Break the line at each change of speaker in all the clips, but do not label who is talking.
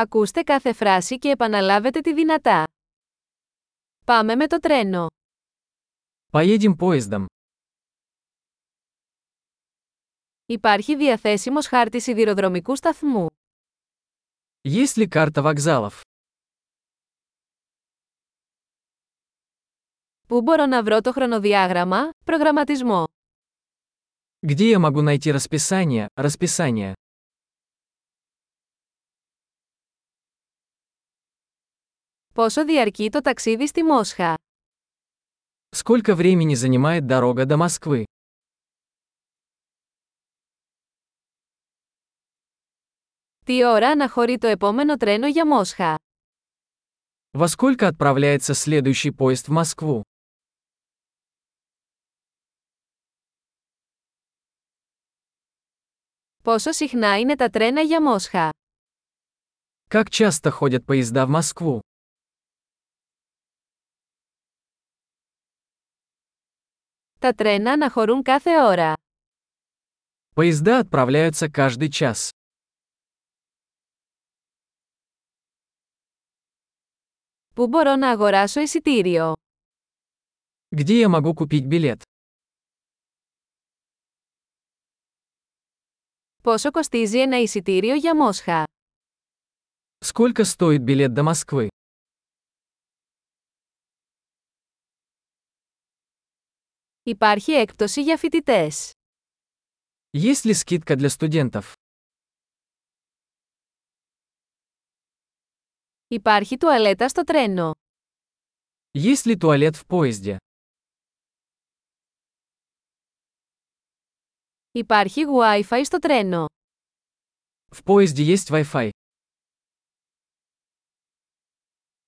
Ακούστε κάθε φράση και επαναλάβετε τη δυνατά. Πάμε με το τρένο.
Поедем поездом.
Υπάρχει διαθέσιμος χάρτης σιδηροδρομικού σταθμού.
Есть ли карта вокзалов?
Πού μπορώ να βρω το χρονοδιάγραμμα, προγραμματισμό.
Где я могу найти расписание, расписание?
Πόσο διαρκεί το ταξίδι στη Μόσχα.
Сколько времени занимает дорога до Москвы?
Τι ώρα αναχωρεί το επόμενο τρένο για Μόσχα.
Во сколько отправляется следующий поезд в Москву?
Πόσο συχνά είναι τα τρένα για Μόσχα.
Как часто ходят поезда в Москву?
Τα τρένα αναχωρούν κάθε ώρα.
Поезда отправляются каждый час.
Πού μπορώ να αγοράσω εισιτήριο.
Где я могу купить билет?
Πόσο κοστίζει ένα εισιτήριο για Μόσχα.
Сколько стоит билет до Москвы?
Υπάρχει έκπτωση για φοιτητές.
Есть ли скидка для студентов?
Υπάρχει τουαλέτα στο τρένο.
Есть ли туалет в поезде?
Υπάρχει Wi-Fi στο τρένο.
В поезде есть Wi-Fi.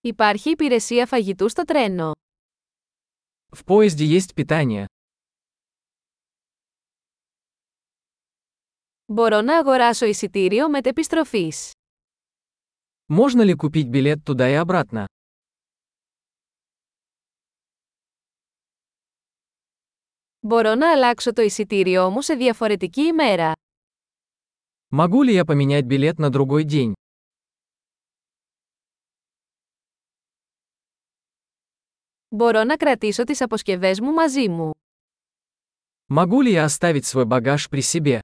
Υπάρχει υπηρεσία φαγητού στο τρένο.
В поезде есть питание.
Μπορώ να αγοράσω εισιτήριο μετεπιστροφής.
Можно ли купить билет туда и обратно?
Μπορώ να αλλάξω το εισιτήριό μου σε διαφορετική ημέρα.
Могу ли я поменять билет на другой день?
Μπορώ να κρατήσω τις αποσκευές μου μαζί μου.
Могу ли я оставить свой багаж при себе?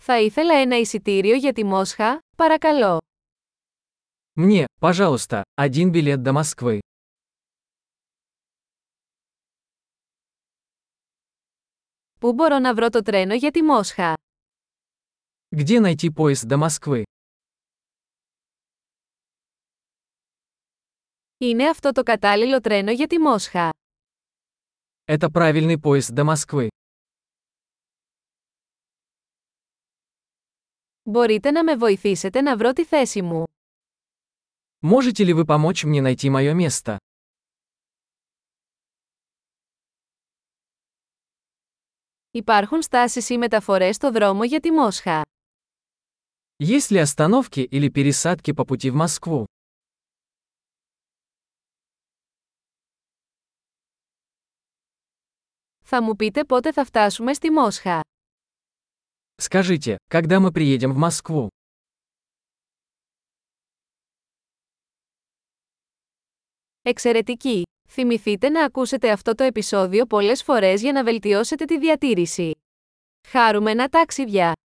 Θα ήθελα ένα εισιτήριο για τη Μόσχα, παρακαλώ.
Мне, пожалуйста, один билет до Москвы.
Πού μπορώ να βρω το τρένο για τη Μόσχα.
Где найти поезд до Москвы?
Είναι αυτό το κατάλληλο τρένο για τη Μόσχα.
Это правильный поезд до Москвы.
Μπορείτε να με βοηθήσετε να βρω τη θέση μου.
Можете ли вы помочь мне найти мое место?
Υπάρχουν στάσεις ή μεταφορές στο δρόμο για τη Μόσχα.
Есть ли остановки или пересадки по пути в Москву?
Θα μου πείτε πότε θα φτάσουμε στη Μόσχα.
Скажите, когда мы приедем в Москву?
Εξαιρετική! Θυμηθείτε να ακούσετε αυτό το επεισόδιο πολλές φορές για να βελτιώσετε τη διατήρηση. Χάρουμενα ταξίδια!